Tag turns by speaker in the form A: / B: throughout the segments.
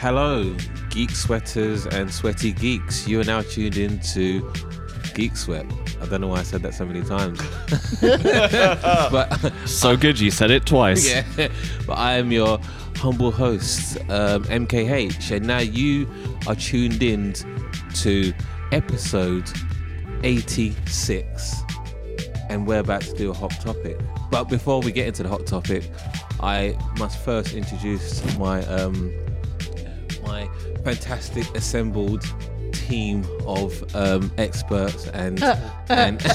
A: Hello, geek sweaters and sweaty geeks. You are now tuned in to Geek Sweat. I don't know why I said that so many times. but
B: So good you said it twice.
A: yeah, but I am your humble host, um, MKH, and now you are tuned in to episode 86, and we're about to do a hot topic. But before we get into the hot topic, I must first introduce my um, my fantastic assembled team of um, experts and and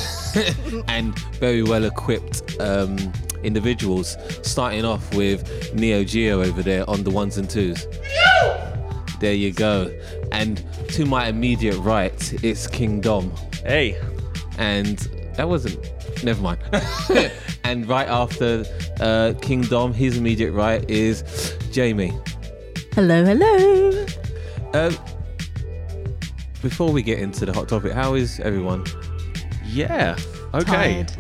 A: and very well equipped um, individuals. Starting off with Neo Geo over there on the ones and twos. There you go. And to my immediate right, it's King Dom.
B: Hey.
A: And that wasn't. Never mind. and right after uh, King Dom, his immediate right is Jamie.
C: Hello, hello.
A: Um, before we get into the hot topic, how is everyone?
B: Yeah. Okay.
C: Tired.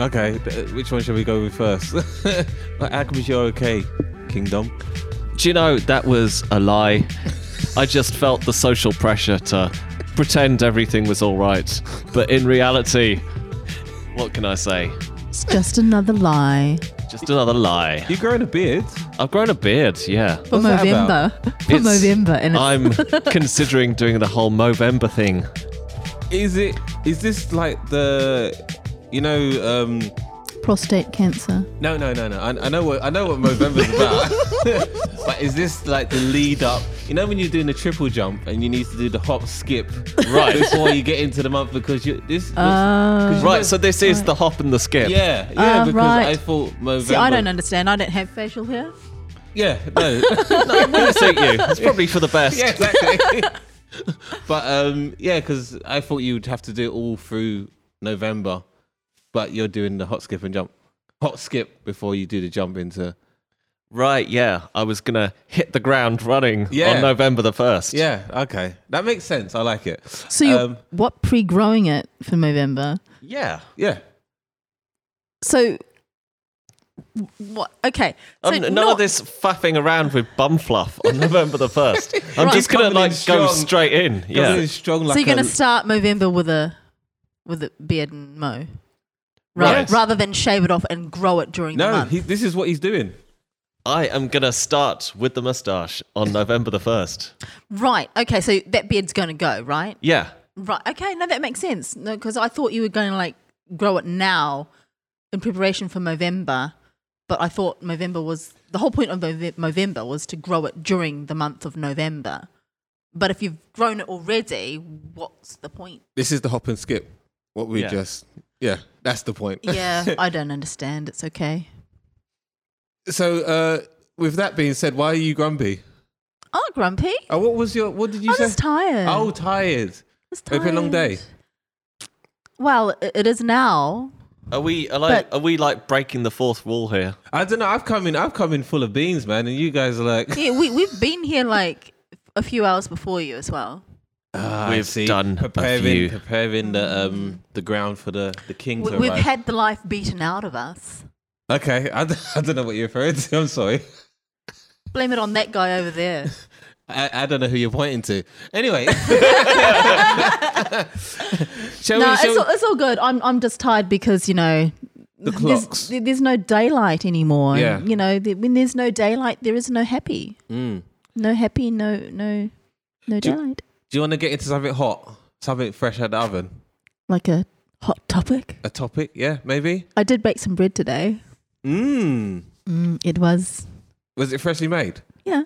A: Okay, th- which one should we go with first? like, how come you're okay, Kingdom?
B: Do you know that was a lie? I just felt the social pressure to pretend everything was all right, but in reality, what can I say?
C: It's just another lie.
B: Just another lie.
A: You growing a beard?
B: I've grown a beard. Yeah.
C: For
A: What's that
C: November. For
B: It's-
C: November. And it's,
B: I'm considering doing the whole Movember thing.
A: Is it? Is this like the? You know, um,
C: prostate cancer.
A: no, no, no, no. I, I know what I know what Movember's about. but is this like the lead up? You know when you're doing the triple jump and you need to do the hop skip
B: Right.
A: before you get into the month because you this.
C: Oh.
B: Right. So this is the hop and the skip.
A: yeah, yeah.
C: Ah,
A: because
C: right.
A: I thought Movember.
C: See, I don't understand. I don't have facial hair.
A: Yeah, no.
B: It'll suit you. It's probably for the best.
A: yeah, exactly. but um, yeah, because I thought you would have to do it all through November, but you're doing the hot skip and jump, hot skip before you do the jump into.
B: Right. Yeah. I was gonna hit the ground running
A: Yeah.
B: on November the first.
A: Yeah, okay, that makes sense. I like it.
C: So you're
A: Um,
C: what pre-growing it for November?
B: Yeah.
A: Yeah,
C: So what? Okay. So
B: Um, none
C: not-
B: of this faffing around with bum fluff on November the first. I'm
C: Right.
B: just gonna
A: Coming in
B: like go
A: strong.
B: straight in.
A: yeah.
B: Yeah.
A: strong.
C: So
A: Like
C: you're going
A: a-
C: to start November with a with a beard and mo, right?
B: Right.
C: Rather than shave it off and grow it during the
A: no,
C: month.
A: he, this is what he's doing.
B: I am gonna start with the mustache on November the first.
C: right. Okay. So that beard's going to go. Right.
B: Yeah.
C: Right. Okay. No, that makes sense. No, because I thought you were going to like grow it now in preparation for November, but I thought November was the whole point of Nove- November was to grow it during the month of November. But if you've grown it already, what's the point?
A: This is the hop and skip. What we
B: Yeah.
A: just. Yeah, that's the point.
C: Yeah, I don't understand. It's okay.
A: so, uh, with that being said, why are you grumpy?
C: Oh, grumpy.
A: Oh, what was your? What did you
C: I'm
A: say?
C: just tired.
A: Oh, tired.
C: It's
A: It's been a long day.
C: tired. Well, i- it is now.
B: Are we are like
C: But-
B: are we like breaking the fourth wall here?
A: I don't know. I've come in. I've come in full of beans, man, and you guys are like,
C: Yeah, we we've been here like a few hours before you as well.
A: Ah, I
B: We've
A: see.
B: done a
A: preparing,
B: few.
A: preparing the um the ground for the the king
C: We,
A: to
C: we've
A: arrive.
C: had the life beaten out of us.
A: okay, I, d- I don't know what you're referring to. I'm sorry.
C: Blame it on that guy over there.
A: I, I don't know who you're pointing to. Anyway, shall
C: no,
A: we?
C: it's
A: Shall
C: all, it's all good. I'm I'm just tired because you know
A: The
C: there's,
A: clocks.
C: there's no daylight anymore. and,
A: Yeah.
C: you know the, when there's no daylight, there is no happy.
A: we mm.
C: No happy. No no no
A: Do-
C: daylight.
A: Do you want to get into something hot, something fresh out of the oven?
C: Like a hot topic.
A: A topic, yeah, maybe.
C: I did bake some bread today.
A: Mmm.
C: Mm, it was
A: Was it freshly made?
C: yeah.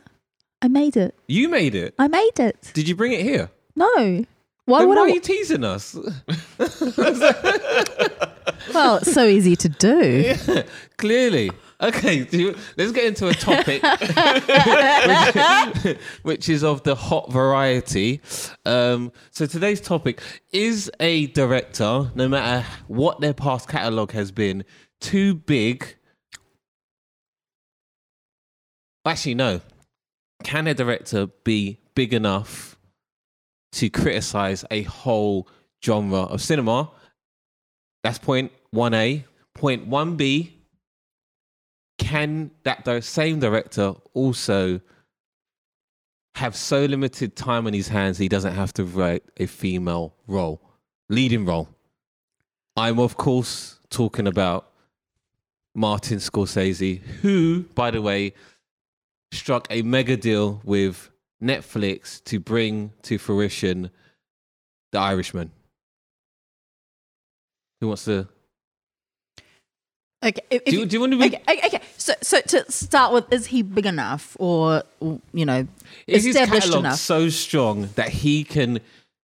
C: I made it.
A: You made it.
C: I made it.
A: Did you bring it here?
C: No. Why
A: Then
C: would
A: why
C: I?
A: are you teasing us?
C: Well, it's so easy to do.
A: Clearly. Okay, do you, let's get into a topic which, which is of the hot variety. Um, so today's topic is a director, no matter what their past catalogue has been, too big. Actually, no. Can a director be big enough to criticize a whole genre of cinema? That's point 1A. Point 1B can that di- same director also have so limited time on his hands he doesn't have to write a female role, leading role. I'm of course talking about Martin Scorsese, who, by the way, struck a mega deal with Netflix to bring to fruition The Irishman. Who wants to?
C: Okay, if,
A: Do you,
C: if-
A: do you want to be?
C: okay, okay, okay. So, so to start with, is he big enough, or you know,
A: is his
C: established
A: catalog
C: enough?
A: so strong that he can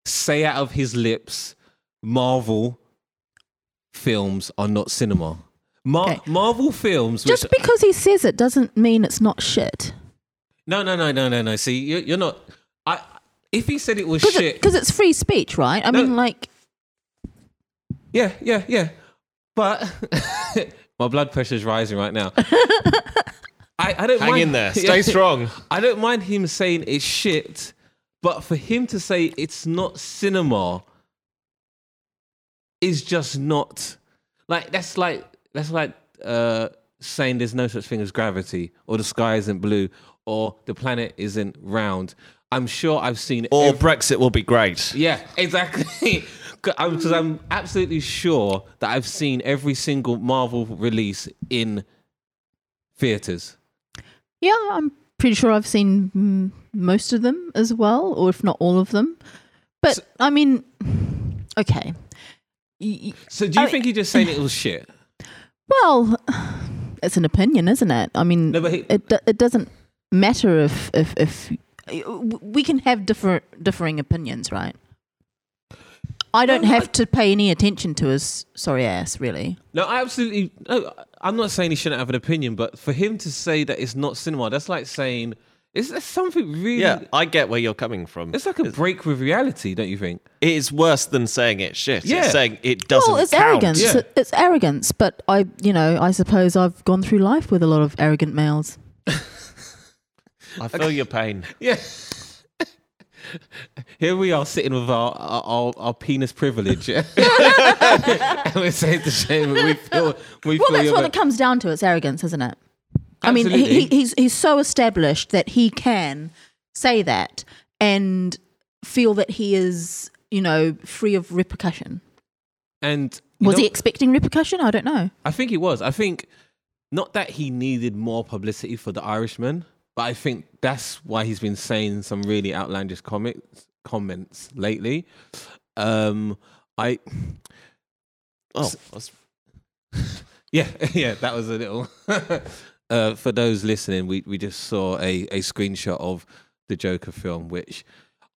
A: say out of his lips marvel films are not cinema Mar-
C: Okay.
A: marvel films which,
C: just because he says it doesn't mean it's not shit.
A: no no no no no no see you're, you're not i if he said it was
C: Because
A: shit
C: it's free speech, right? I
A: No.
C: mean, like,
A: yeah yeah yeah but my blood pressure's rising right now I, I don't
B: Hang
A: mind,
B: in there.
A: Yeah.
B: Stay strong.
A: I don't mind him saying it's shit, but for him to say it's not cinema is just not like that's like that's like uh, saying there's no such thing as gravity, or the sky isn't blue, or the planet isn't round. I'm sure I've seen
B: Or
A: ev-
B: Brexit will be great.
A: yeah, exactly. Because I'm, 'cause I'm absolutely sure that I've seen every single Marvel release in theaters.
C: yeah, I'm pretty sure I've seen mm, most of them as well, or if not all of them. But
A: So-
C: I mean, okay. Y- y-
A: So do you
C: I-
A: think he just saying it was shit?
C: Well, it's an opinion, isn't it? I mean,
A: No, but he-
C: it do- it doesn't matter if if if we can have different differing opinions, right? I don't
A: No,
C: have to pay any attention to his sorry ass, really.
A: No, I absolutely. No, I'm not saying he shouldn't have an opinion, but for him to say that it's not cinema, that's like saying is there something really.
B: Yeah, I get where you're coming from.
A: It's like a break with reality, don't you think?
B: It is worse than saying it's shit.
A: Yeah.
B: It's saying it doesn't
C: well, it's
B: count.
C: arrogance.
A: Yeah.
C: It's arrogance, but I, you know, I suppose I've gone through life with a lot of arrogant males.
B: I feel your pain.
A: Yeah. Here we are sitting with our our, our, our penis privilege, yeah? and we're saying to shame we feel we
C: Well,
A: feel
C: that's
A: your
C: what
A: ba-
C: it comes down to. It's arrogance, isn't it? I mean, he,
A: Absolutely.
C: he- he's he's so established that he can say that and feel that he is, you know, free of repercussion.
A: and you
C: Was
A: know-
C: he expecting repercussion? I don't know.
A: I think it was. I think not that he needed more publicity for the Irishman, but I think that's why he's been saying some really outlandish comments comments lately. Um I
B: Oh, that's-
A: yeah, yeah, that was a little uh for those listening, we we just saw a a screenshot of the Joker film which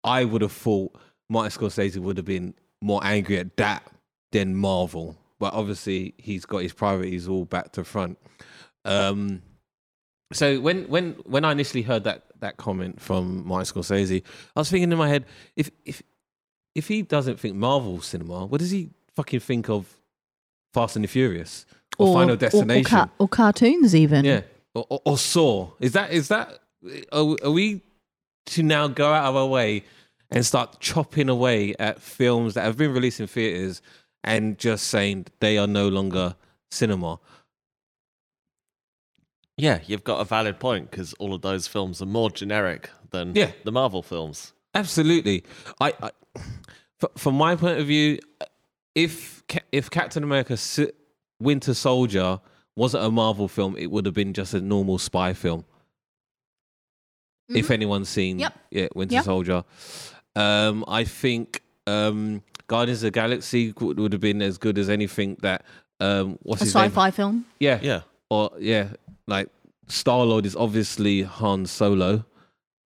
A: I would have thought Martin Scorsese would have been more angry at that than Marvel. But obviously he's got his priorities all back to front. Um, so when when when I initially heard that that comment from Martin Scorsese, I was thinking in my head, if if if he doesn't think Marvel cinema, what does he fucking think of Fast and the Furious or, Final
C: Or,
A: Destination?
C: car- or cartoons, even.
A: yeah, or, or, or Saw? Is that is that are, are we to now go out of our way and start chopping away at films that have been released in theaters and just saying they are no longer cinema?
B: yeah, you've got a valid point because all of those films are more generic than
A: Yeah.
B: the Marvel films.
A: Absolutely. I, I f- from my point of view, if Ca- if Captain America Si- Winter Soldier wasn't a Marvel film, it would have been just a normal spy film. If anyone's seen
C: Mm-hmm. Yep.
A: yeah, Winter
C: Yep.
A: Soldier, um, I think um, Guardians of the Galaxy would, would have been as good as anything that um, what's
C: A
A: his
C: sci
A: name?
C: fi film.
A: Yeah,
B: Yeah.
A: or yeah, like Star Lord is obviously Han Solo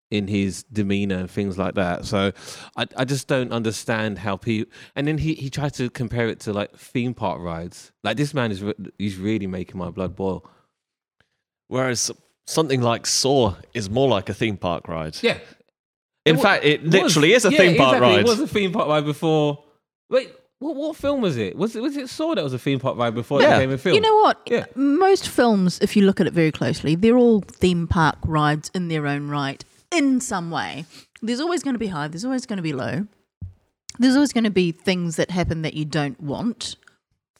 A: in his demeanor and things like that. So I I just don't understand how people. And then he he tried to compare it to like theme park rides. Like this man is re- he's really making my blood boil.
B: Whereas something like Saw is more like a theme park ride.
A: Yeah, It
B: In
A: wa-
B: fact, it
A: was-
B: literally is a
A: yeah,
B: theme park
A: exactly,
B: ride.
A: It was a theme park ride before. Wait, what what film was it? Was it was it Saw that was a theme park ride before
B: Yeah.
A: it became a film?
C: You know what?
A: Yeah.
C: Most films, if you look at it very closely, they're all theme park rides in their own right, in some way. There's always going to be high, there's always going to be low. There's always going to be things that happen that you don't want.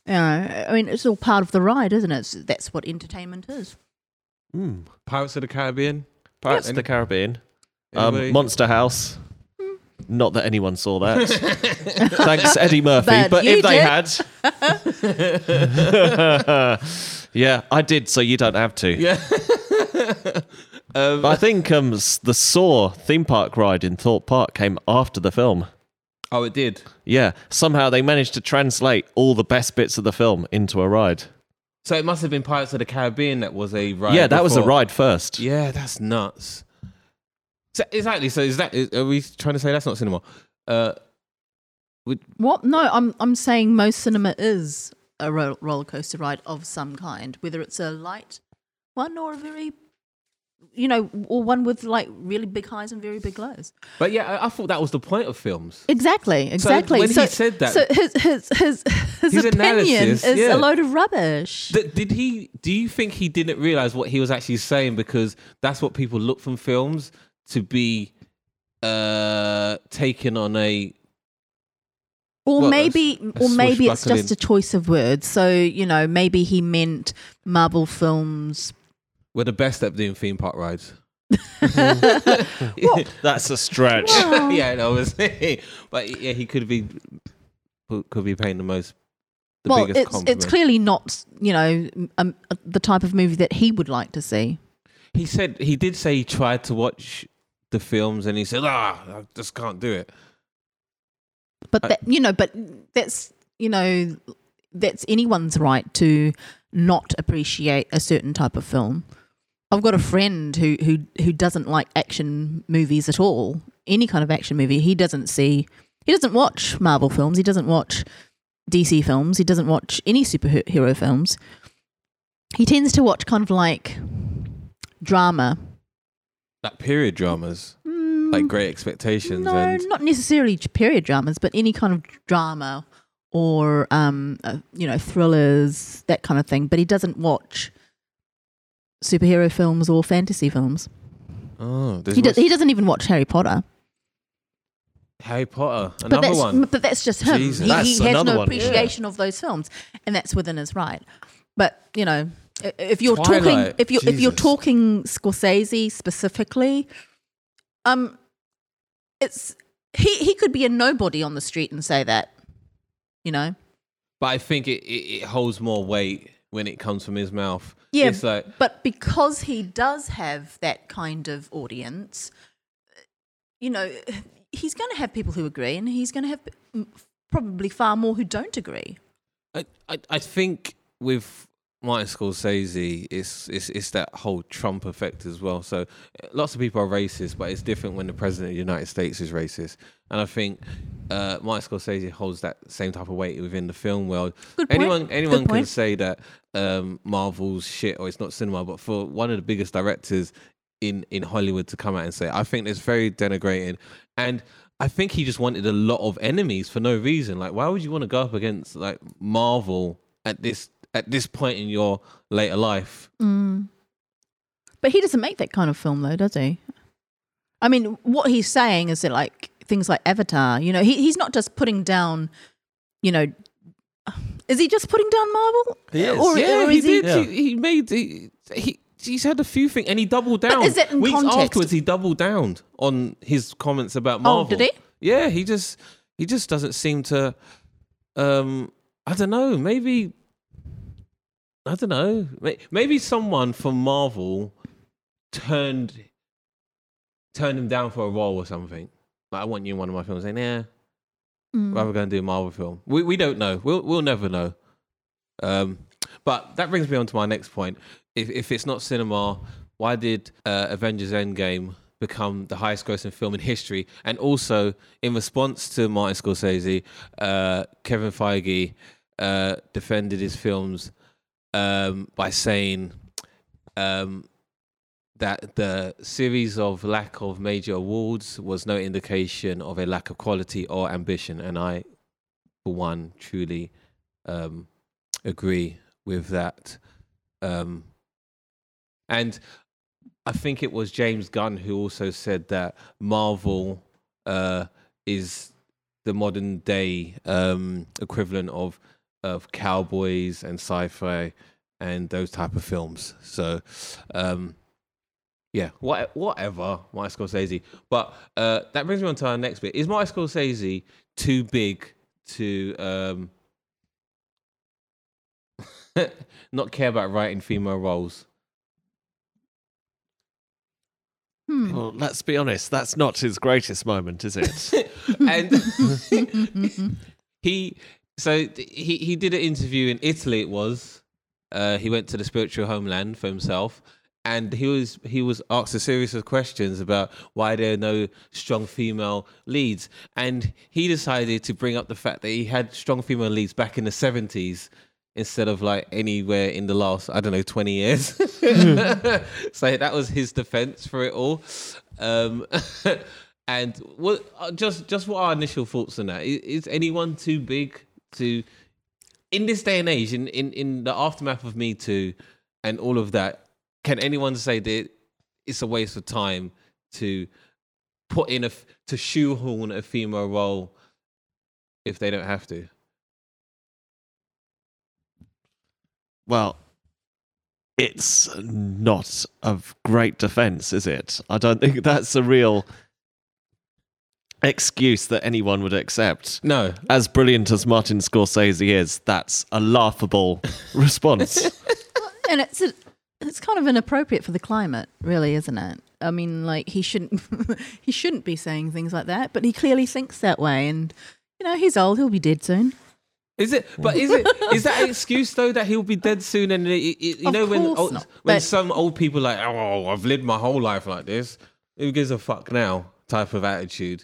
C: You know, I mean, it's all part of the ride, isn't it? It's, that's what entertainment is.
B: Mm.
A: Pirates of the Caribbean.
B: Pirates
A: Yep.
B: of the Caribbean. Um,
A: Anybody?
B: Monster House.
A: Hmm.
B: Not that anyone saw that. Thanks, Eddie Murphy.
C: But
B: But,
C: you
B: if they
C: did.
B: had. yeah, I did, so you don't have to.
A: Yeah.
B: But I think um, s- the Saw theme park ride in Thorpe Park came after the film.
A: oh, it did.
B: Yeah, somehow they managed to translate all the best bits of the film into a ride.
A: So it must have been Pirates of the Caribbean that was a ride.
B: yeah, that was a
A: before.
B: ride first.
A: Yeah, that's nuts. So, exactly. So is that? Is, are we trying to say that's not cinema? Uh,
C: What? No, I'm I'm saying most cinema is a ro- roller coaster ride of some kind, whether it's a light one or a very, you know, or one with like really big highs and very big lows.
A: but yeah, I, I thought that was the point of films.
C: Exactly, exactly.
A: when he said that-
C: so his his his his,
A: His
C: opinion
A: analysis,
C: is
A: yeah.
C: a load of rubbish.
A: Th- did he? Do you think he didn't realize what he was actually saying because that's what people look from films to be uh taken on a
C: or
A: Well,
C: maybe
A: a
C: or maybe it's
A: swashbuckling.
C: just a choice of words. So you know, maybe he meant Marvel films.
A: we're the best at doing theme park rides.
B: That's a stretch.
C: Oh.
A: yeah, no, obviously. but yeah, he could be could be paying the most the
C: well,
A: biggest
C: it's
A: compliment.
C: it's clearly not you know um, uh, the type of movie that he would like to see.
A: He said he did say he tried to watch the films and he said, "Ah, I just can't do it."
C: But
A: I-
C: that you know, but that's you know that's anyone's right to not appreciate a certain type of film. I've got a friend who who who doesn't like action movies at all. Any kind of action movie, he doesn't see. He doesn't watch Marvel films. He doesn't watch DC films. He doesn't watch any superhero films. He tends to watch kind of like drama.
A: Like period dramas,
C: Mm,
A: like Great Expectations,
C: no,
A: and
C: not necessarily j- period dramas, but any kind of drama or um, uh, you know thrillers, that kind of thing. But he doesn't watch superhero films or fantasy films.
A: oh, there's
C: He, do-
A: what's-
C: he doesn't even watch Harry Potter.
A: Harry Potter,
C: But
A: another
C: that's
A: one.
C: but that's just him.
A: Jesus.
C: He,
B: That's
C: he has
B: another
C: no
B: one, yeah.
C: appreciation of those films, and that's within his right. But you know, i- if you're
A: Twilight,
C: talking, if you if you're
A: Jesus.
C: talking Scorsese specifically, um, it's he he could be a nobody on the street and say that, you know.
A: But I think it, it, it holds more weight when it comes from his mouth.
C: Yeah,
A: it's like
C: but because he does have that kind of audience, you know, he's going to have people who agree, and he's going to have mm, probably far more who don't agree.
A: I, I, I think with Martin Scorsese, it's, it's it's that whole Trump effect as well. So eh, lots of people are racist, but it's different when the president of the United States is racist. And I think uh, Martin Scorsese holds that same type of weight within the film world.
C: Good point.
A: anyone anyone
C: Good
A: can
C: point.
A: say that um, Marvel's shit or it's not cinema, but for one of the biggest directors in in Hollywood to come out and say, it, I think it's very denigrating, and I think he just wanted a lot of enemies for no reason. Like, why would you want to go up against like Marvel at this at this point in your later life?
C: But he doesn't make that kind of film, though, does he? I mean, what he's saying is that, like, things like Avatar, you know, he, he's not just putting down, you know, is he just putting down Marvel? Or,
A: yeah,
C: or
A: he
C: is he?
A: did. He, he made he, he he's had a few things, and he doubled down.
C: is it in
A: Weeks
C: context?
A: afterwards, he doubled down on his comments about Marvel.
C: Oh, did he?
A: Yeah, he just he just doesn't seem to. Um, I don't know. Maybe I don't know. May- Maybe someone from Marvel turned turned him down for a role or something. Like I want you in one of my films. And yeah,
C: Mm,
A: rather go and do a Marvel film. We we don't know. We'll we'll never know. Um, but that brings me on to my next point. If if it's not cinema, why did uh, Avengers Endgame become the highest grossing film in history? And also, in response to Martin Scorsese, uh, Kevin Feige uh, defended his films um, by saying um, that the series of lack of major awards was no indication of a lack of quality or ambition. And I, for one, truly um, agree with that. Um, and I think it was James Gunn who also said that Marvel uh, is the modern day um, equivalent of of cowboys and sci-fi and those type of films. So, um, Yeah, what, whatever, Martin Scorsese. But uh, that brings me on to our next bit. Is Martin Scorsese too big to um, not care about writing female roles?
B: Well, let's be honest, that's not his greatest moment, is it?
C: hmm.
A: and he so th- he he did an interview in Italy. It was uh, he went to the spiritual homeland for himself, and he was he was asked a series of questions about why there are no strong female leads, and he decided to bring up the fact that he had strong female leads back in the seventies. Instead of like anywhere in the last, I don't know, 20 years. so that was his defense for it all. Um, And what uh, just just what our initial thoughts on that? Is, is anyone too big to in this day and age, in, in in the aftermath of Me Too and all of that? Can anyone say that it's a waste of time to put in a f- to shoehorn a female role if they don't have to?
B: well, it's not of great defense, is it? I don't think that's a real excuse that anyone would accept.
A: No,
B: As brilliant as Martin Scorsese is, that's a laughable response.
C: and it's a, it's kind of inappropriate for the climate, really, isn't it? I mean, like he shouldn't he shouldn't be saying things like that, but he clearly thinks that way, and you know he's old; he'll be dead soon.
A: Is it? But is it? Is that an excuse though that he'll be dead soon? And it, it- you
C: Of
A: know when
C: course
A: old,
C: not,
A: when
C: but-
A: some old people like, oh, I've lived my whole life like this. Who gives a fuck now? Type of attitude.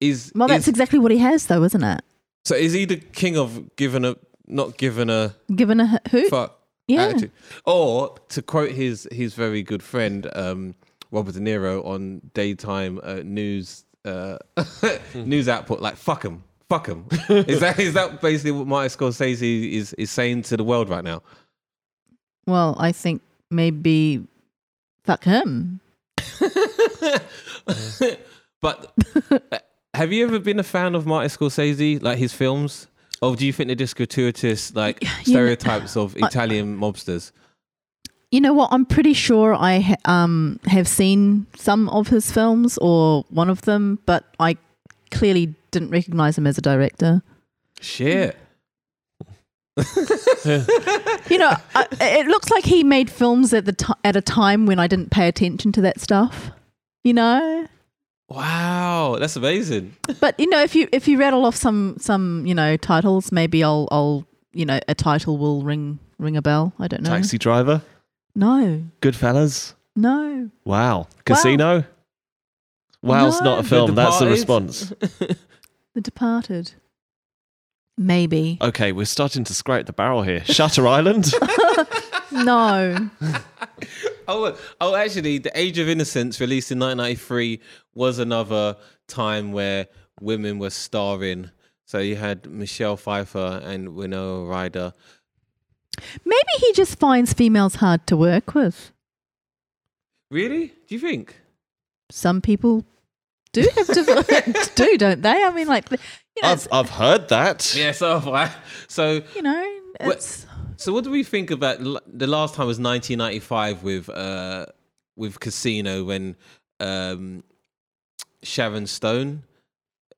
A: Is,
C: Well, that's
A: is-
C: exactly what he has, though, isn't it?
A: so? Is he the king of giving a not giving a
C: Given a h- who?
A: fuck
C: Yeah.
A: attitude? Or to quote his his very good friend um, Robert De Niro on daytime uh, news uh, news output, like fuck him, fuck him. is that is that basically what Martin Scorsese is is saying to the world right now?
C: Well, I think maybe fuck him.
A: but uh, have you ever been a fan of Martin Scorsese, like his films? Or do you think they're just gratuitous, like stereotypes of Italian mobsters?
C: You know what? I'm pretty sure I ha- um, have seen some of his films or one of them, but I clearly didn't recognize him as a director.
A: Shit.
C: You know, I, it looks like he made films at the t- at a time when I didn't pay attention to that stuff. You know,
A: Wow, that's amazing.
C: but you know, if you if you rattle off some some you know titles, maybe I'll I'll you know a title will ring ring a bell. I don't know.
B: Taxi driver,
C: No,
B: Goodfellas,
C: no.
B: Wow, Casino. Wow's
C: No.
B: not a
A: The
B: film. That's the
A: Departed.
B: response.
C: The Departed. Maybe.
B: Okay, we're starting to scrape the barrel here. Shutter Island.
C: No.
A: Oh, oh, actually, The Age of Innocence, released in 1993, was another time where women were starring. So you had Michelle Pfeiffer and Winona Ryder.
C: Maybe he just finds females hard to work with.
A: Really? Do you think?
C: Some people do have to do, don't they? I mean, like, you know,
B: I've,
C: it's,
B: I've heard that.
A: Yeah, so have I. So
C: you know, it's
A: So what do we think about l- the last time was 1995 with uh with Casino when um Sharon Stone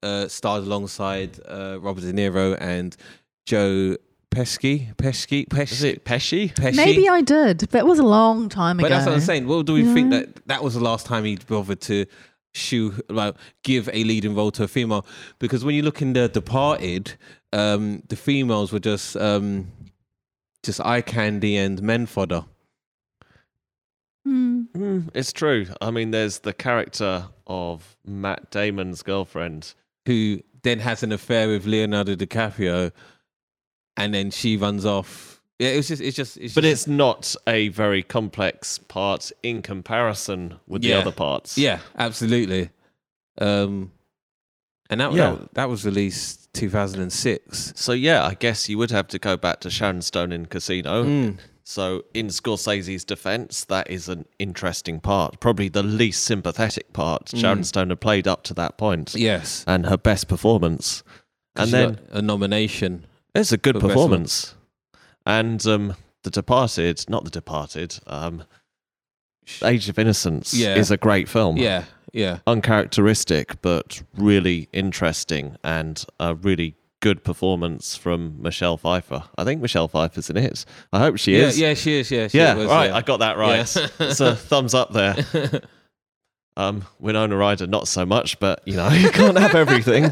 A: uh starred alongside uh Robert De Niro and Joe Pesky Pesky
B: Is
A: Pesky
B: it Pesci?
A: Pesci
C: maybe I did, but it was a long time
A: but
C: ago.
A: that's what I'm saying. What do we think that that was the last time he bothered to shoe like give a leading role to a female? Because when you look in the Departed, um, the females were just um, just eye candy and men fodder.
C: Hmm.
B: Mm, it's true. I mean, there's the character of Matt Damon's girlfriend.
A: who then has an affair with Leonardo DiCaprio, and then she runs off. Yeah, it was just, it's just, it's
B: But
A: just,
B: it's not a very complex part in comparison with
A: Yeah.
B: the other parts.
A: yeah, absolutely. Um, and that,
B: Yeah.
A: that that was released 2006.
B: So, yeah, I guess you would have to go back to Sharon Stone in Casino.
A: Mm.
B: So, in Scorsese's defense, that is an interesting part. Probably the least sympathetic part
A: Mm.
B: Sharon Stone had played up to that point
A: Yes,
B: and her best performance. And
A: She
B: then
A: got a nomination.
B: It's a good
A: For best
B: performance. And um, The Departed, not The Departed, um, Age of Innocence
A: Yeah.
B: is a great film.
A: Yeah, yeah.
B: Uncharacteristic, but really interesting and a really good performance from Michelle Pfeiffer. I think Michelle Pfeiffer's in it. I hope she
A: Yeah,
B: is.
A: yeah, she is. Yeah, she
B: Yeah,
A: was,
B: right.
A: yeah.
B: I got that right.
A: Yeah.
B: it's a thumbs up there. Um, Winona Ryder, not so much, but you know, you can't have everything.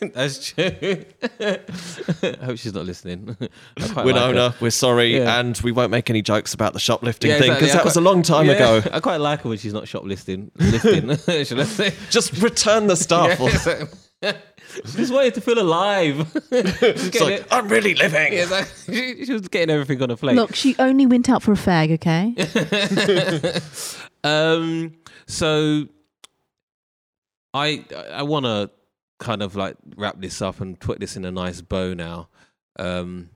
A: That's true. I hope she's not listening. I quite like
B: Winona,
A: her.
B: we're sorry,
A: Yeah.
B: and we won't make any jokes about the shoplifting
A: Yeah,
B: thing
A: exactly.
B: because
A: I
B: that was a
A: quite-
B: long time
A: Yeah,
B: ago.
A: I quite like her when she's not shoplifting. Lifting, should I say?
B: Just return the stuff.
A: Yeah, so- she just wanted to feel alive.
B: It's like, I'm really living.
A: Yeah, like, she, she was getting everything on a plate.
C: Look, she only went out for a fag, okay?
A: Um, so I I want to kind of like wrap this up and put this in a nice bow now. Um,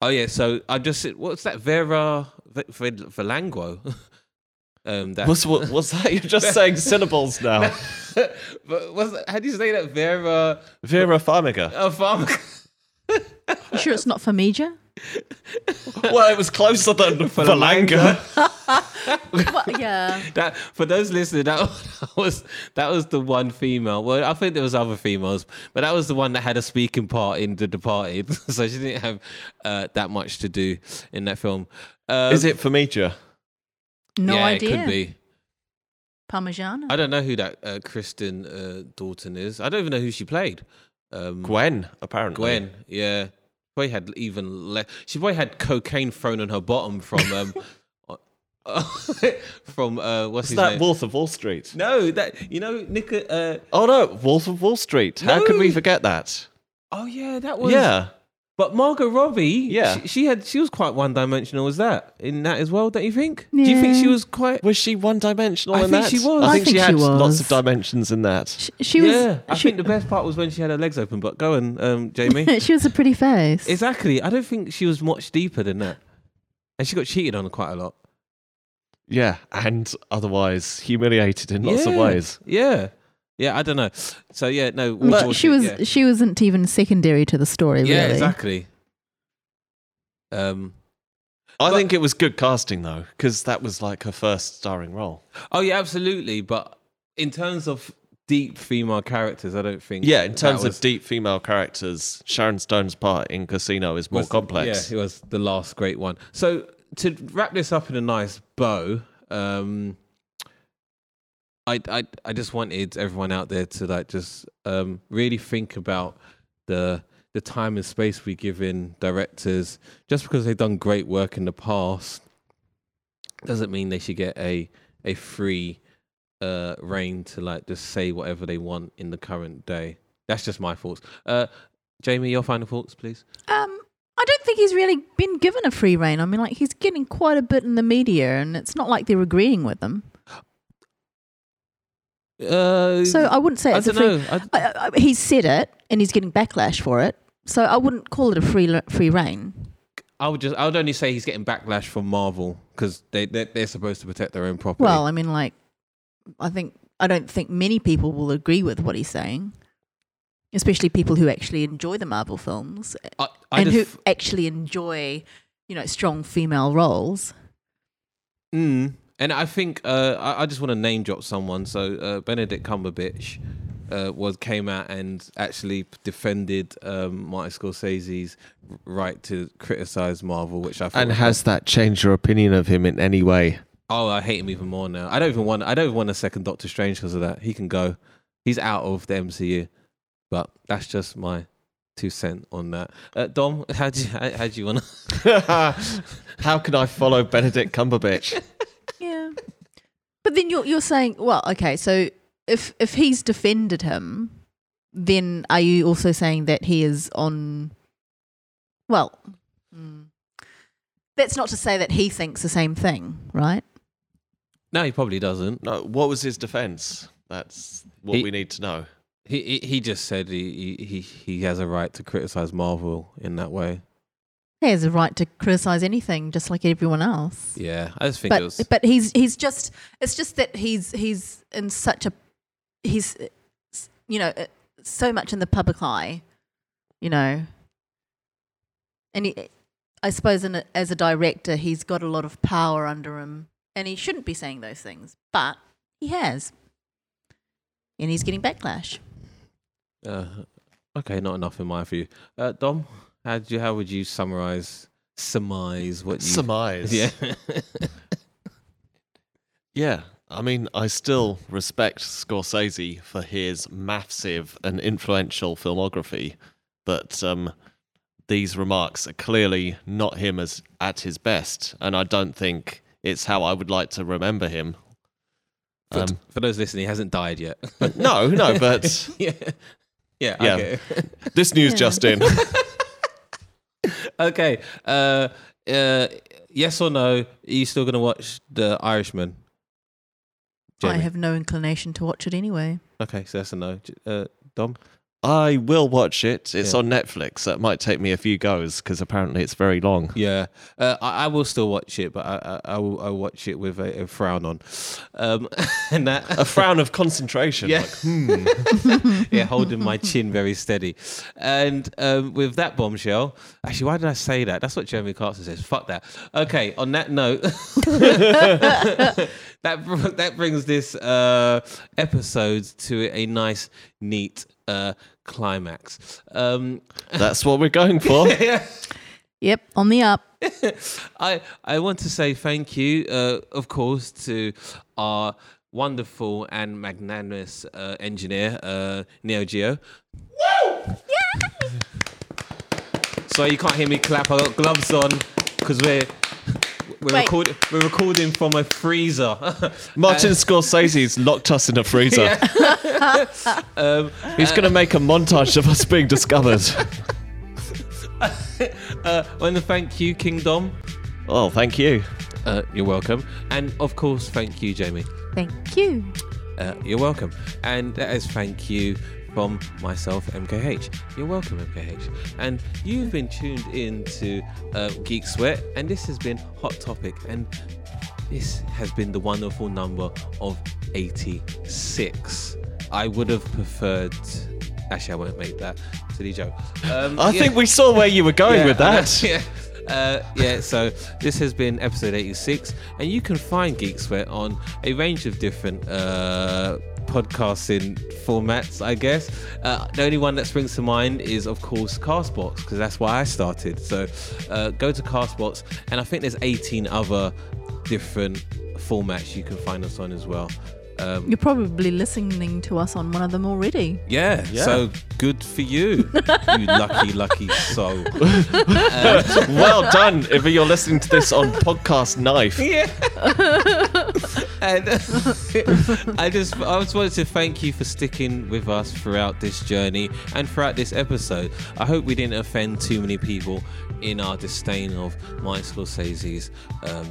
A: oh yeah, so I just what's that Vera V- Vid- Vilango? um, that
B: What's, what, what's that? You're just saying syllables now.
A: But what's that- how do you say that Vera
B: Vera Farmiga.
A: uh, Farm?
C: You sure it's not Famiga?
B: Well, it was closer than Falanga.
C: well, yeah.
A: that for those listening, that was that was the one female. Well, I think there was other females, but that was the one that had a speaking part in The Departed. so she didn't have uh, that much to do in that film. Um,
B: Is it Famija?
C: No
A: yeah,
C: idea.
A: It could be.
C: Parmigiana?
A: I don't know who that uh, Kristen uh, Dalton is. I don't even know who she played. Um,
B: Gwen, apparently.
A: Gwen, yeah. Probably had even less. She probably had cocaine thrown on her bottom from um, from uh, what's
B: Is
A: his
B: that
A: name?
B: Wolf of Wall Street?
A: no, that you know, Nick. Uh,
B: Oh no, Wolf of Wall Street. How could we
A: No.
B: forget that?
A: oh yeah, that was
B: yeah.
A: But Margot Robbie,
B: Yeah.
A: she, she had she was quite one dimensional as that in that as well. Don't you think? Do you think
C: Yeah.
A: she was quite?
B: Was she one dimensional
A: I
B: in
A: think
B: that?
A: she was.
B: I
A: I
B: think,
C: think
B: she
C: she
B: had lots
C: was.
B: of dimensions in that.
C: She, she was.
A: yeah, I
C: she,
A: think the best part was when she had her legs open. But go on, um, Jamie.
C: she was a pretty face.
A: exactly. I don't think she was much deeper than that, and she got cheated on quite a lot.
B: Yeah, and otherwise humiliated in lots of
A: Yeah,
B: ways.
A: Yeah, yeah. I don't know. So yeah, no.
C: I mean,
A: Wolf of Wall
C: she, she
A: Street,
C: was.
A: Yeah,
C: She wasn't even secondary to the story, really.
A: Yeah, exactly. Um.
B: I
A: But-
B: think it was good casting though, because that was like her first starring role.
A: Oh yeah, absolutely. But in terms of deep female characters, I don't think.
B: Yeah, in
A: that
B: terms
A: was-
B: of deep female characters, Sharon Stone's part in Casino is more
A: was the-
B: complex.
A: yeah, it was the last great one. So to wrap this up in a nice bow, um, I, I I just wanted everyone out there to like just um, really think about the the time and space we give in directors. Just because they've done great work in the past doesn't mean they should get a a free uh reign to like just say whatever they want in the current day. That's just my thoughts. Uh Jamie, your final thoughts, please.
C: Um, I don't think he's really been given a free reign. I mean, like he's getting quite a bit in the media, and it's not like they're agreeing with him.
A: Uh,
C: So I wouldn't say
A: I
C: it's
A: don't
C: a free.
A: know. I,
C: I, I, I- he's said it, and he's getting backlash for it. So I wouldn't call it a free le- free reign.
A: I would just. I would only say he's getting backlash from Marvel because they they're, they're supposed to protect their own property.
C: Well, I mean, like, I think I don't think many people will agree with what he's saying, especially people who actually enjoy the Marvel films
A: I, I
C: and
A: just,
C: who actually enjoy, you know, strong female roles.
A: mm, and I think uh, I, I just want to name drop someone. So uh, Benedict Cumberbatch uh, was came out and actually defended um, Martin Scorsese's right to criticize Marvel, which I thought
B: And
A: was-
B: has that changed your opinion of him in any way?
A: oh I hate him even more now. I don't even want. I don't even want a second Doctor Strange because of that. He can go. He's out of the MCU. But that's just my two cent on that. Uh, Dom, how do you, how, how do you want? to...
B: How can I follow Benedict Cumberbatch?
C: Yeah, but then you're you're saying, well, okay, so if if he's defended him, then are you also saying that he is on? Well, mm, that's not to say that he thinks the same thing, right?
A: No, he probably doesn't.
B: No, what was his defense? That's what
A: He-
B: we need to know.
A: He he, he just said he, he- he he has a right to criticize Marvel in that way.
C: He has a right to criticize anything, just like everyone else.
A: Yeah, I just think
C: But
A: it was.
C: but he's he's just it's just that he's he's in such a he's uh, s- you know uh, so much in the public eye, you know, and he, I suppose in a, as a director, he's got a lot of power under him, and he shouldn't be saying those things, but he has, and he's getting backlash.
A: Uh, okay, not enough in my view. Uh, Dom, how do you, how would you summarize surmise what you
B: Surmise.
A: yeah
B: Yeah. I mean, I still respect Scorsese for his massive and influential filmography, but um, these remarks are clearly not him as at his best, and I don't think it's how I would like to remember him.
A: for,
B: Um,
A: for those listening, he hasn't died yet.
B: no, no, but
A: yeah, yeah,
B: Yeah.
A: okay.
B: this news just in.
A: okay. Uh, uh, yes or no? Are you still gonna watch The Irishman?
C: I
A: Jamie?
C: have no inclination to watch it anyway.
A: Okay, so that's a no. J- Uh, Dom,
B: I will watch it. It's
A: Yeah.
B: on Netflix. That might take me a few goes because apparently it's very long.
A: yeah, uh, I, I will still watch it, but I, I, I will I will watch it with a, a frown on, um, and that
B: A frown of concentration.
A: Yeah.
B: Like, hmm.
A: yeah, holding my chin very steady. And um, with that bombshell, actually, why did I say that? That's what Jeremy Clarkson says. Fuck that. Okay, on that note, that br- that brings this uh, episode to a nice, neat uh, climax. Um,
B: That's what we're going for.
C: Yep, on the up.
A: I I want to say thank you, uh, of course, to our wonderful and magnanimous uh, engineer, uh, Neo Geo. So you can't hear me clap. I got gloves on because we're we're
C: Wait.
A: recording we're recording from a freezer.
B: Martin Scorsese's locked us in a freezer.
A: um,
B: He's going to make a montage of us being discovered.
A: I want to thank you, Kingdom.
B: oh, thank you.
A: Uh, you're welcome, and of course, thank you, Jamie.
C: Thank you.
A: Uh, you're welcome. And that is thank you from myself, MKH. You're welcome, MKH. And you've been tuned in to uh, Geek Sweat, and this has been Hot Topic. And this has been the wonderful number of 86. I would have preferred. Actually, I won't make that silly joke. Um,
B: I
A: yeah.
B: think we saw where Oh, you were going with
A: I know,
B: that.
A: yeah. Uh, yeah, so this has been episode 86, and you can find Geek Sweat on a range of different uh, podcasting formats, I guess. Uh, the only one that springs to mind is, of course, Castbox, because that's why I started. So uh, go to Castbox, and I think there's 18 other different formats you can find us on as well. Um,
C: You're probably listening to us on one of them already.
A: yeah,
B: Yeah.
A: so good for you, you lucky, lucky soul.
B: well done. If you're listening to this on Podcast Knife,
A: Yeah. and I just I just wanted to thank you for sticking with us throughout this journey and throughout this episode. I hope we didn't offend too many people in our disdain of Mike Scorsese's um,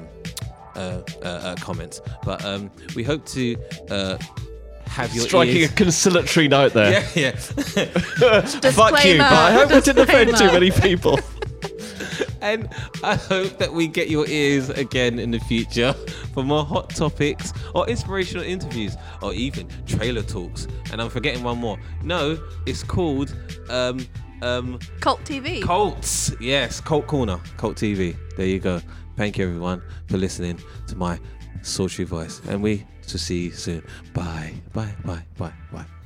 A: uh, uh, uh, comments. But um, we hope to uh, have your
B: striking
A: ears.
B: a conciliatory note there.
A: yeah, yeah.
B: Fuck you,
C: Disclaimer,
B: but I hope we didn't offend too
C: disclaimer.
B: many people.
A: And I hope that we get your ears again in the future for more hot topics or inspirational interviews or even trailer talks. And I'm forgetting one more. No, it's called um, um,
C: Cult TV.
A: Colts. Yes, Colt Corner, Colt TV. There you go. Thank you, everyone, for listening to my sultry voice. And we shall see you soon. Bye, bye, bye, bye, bye.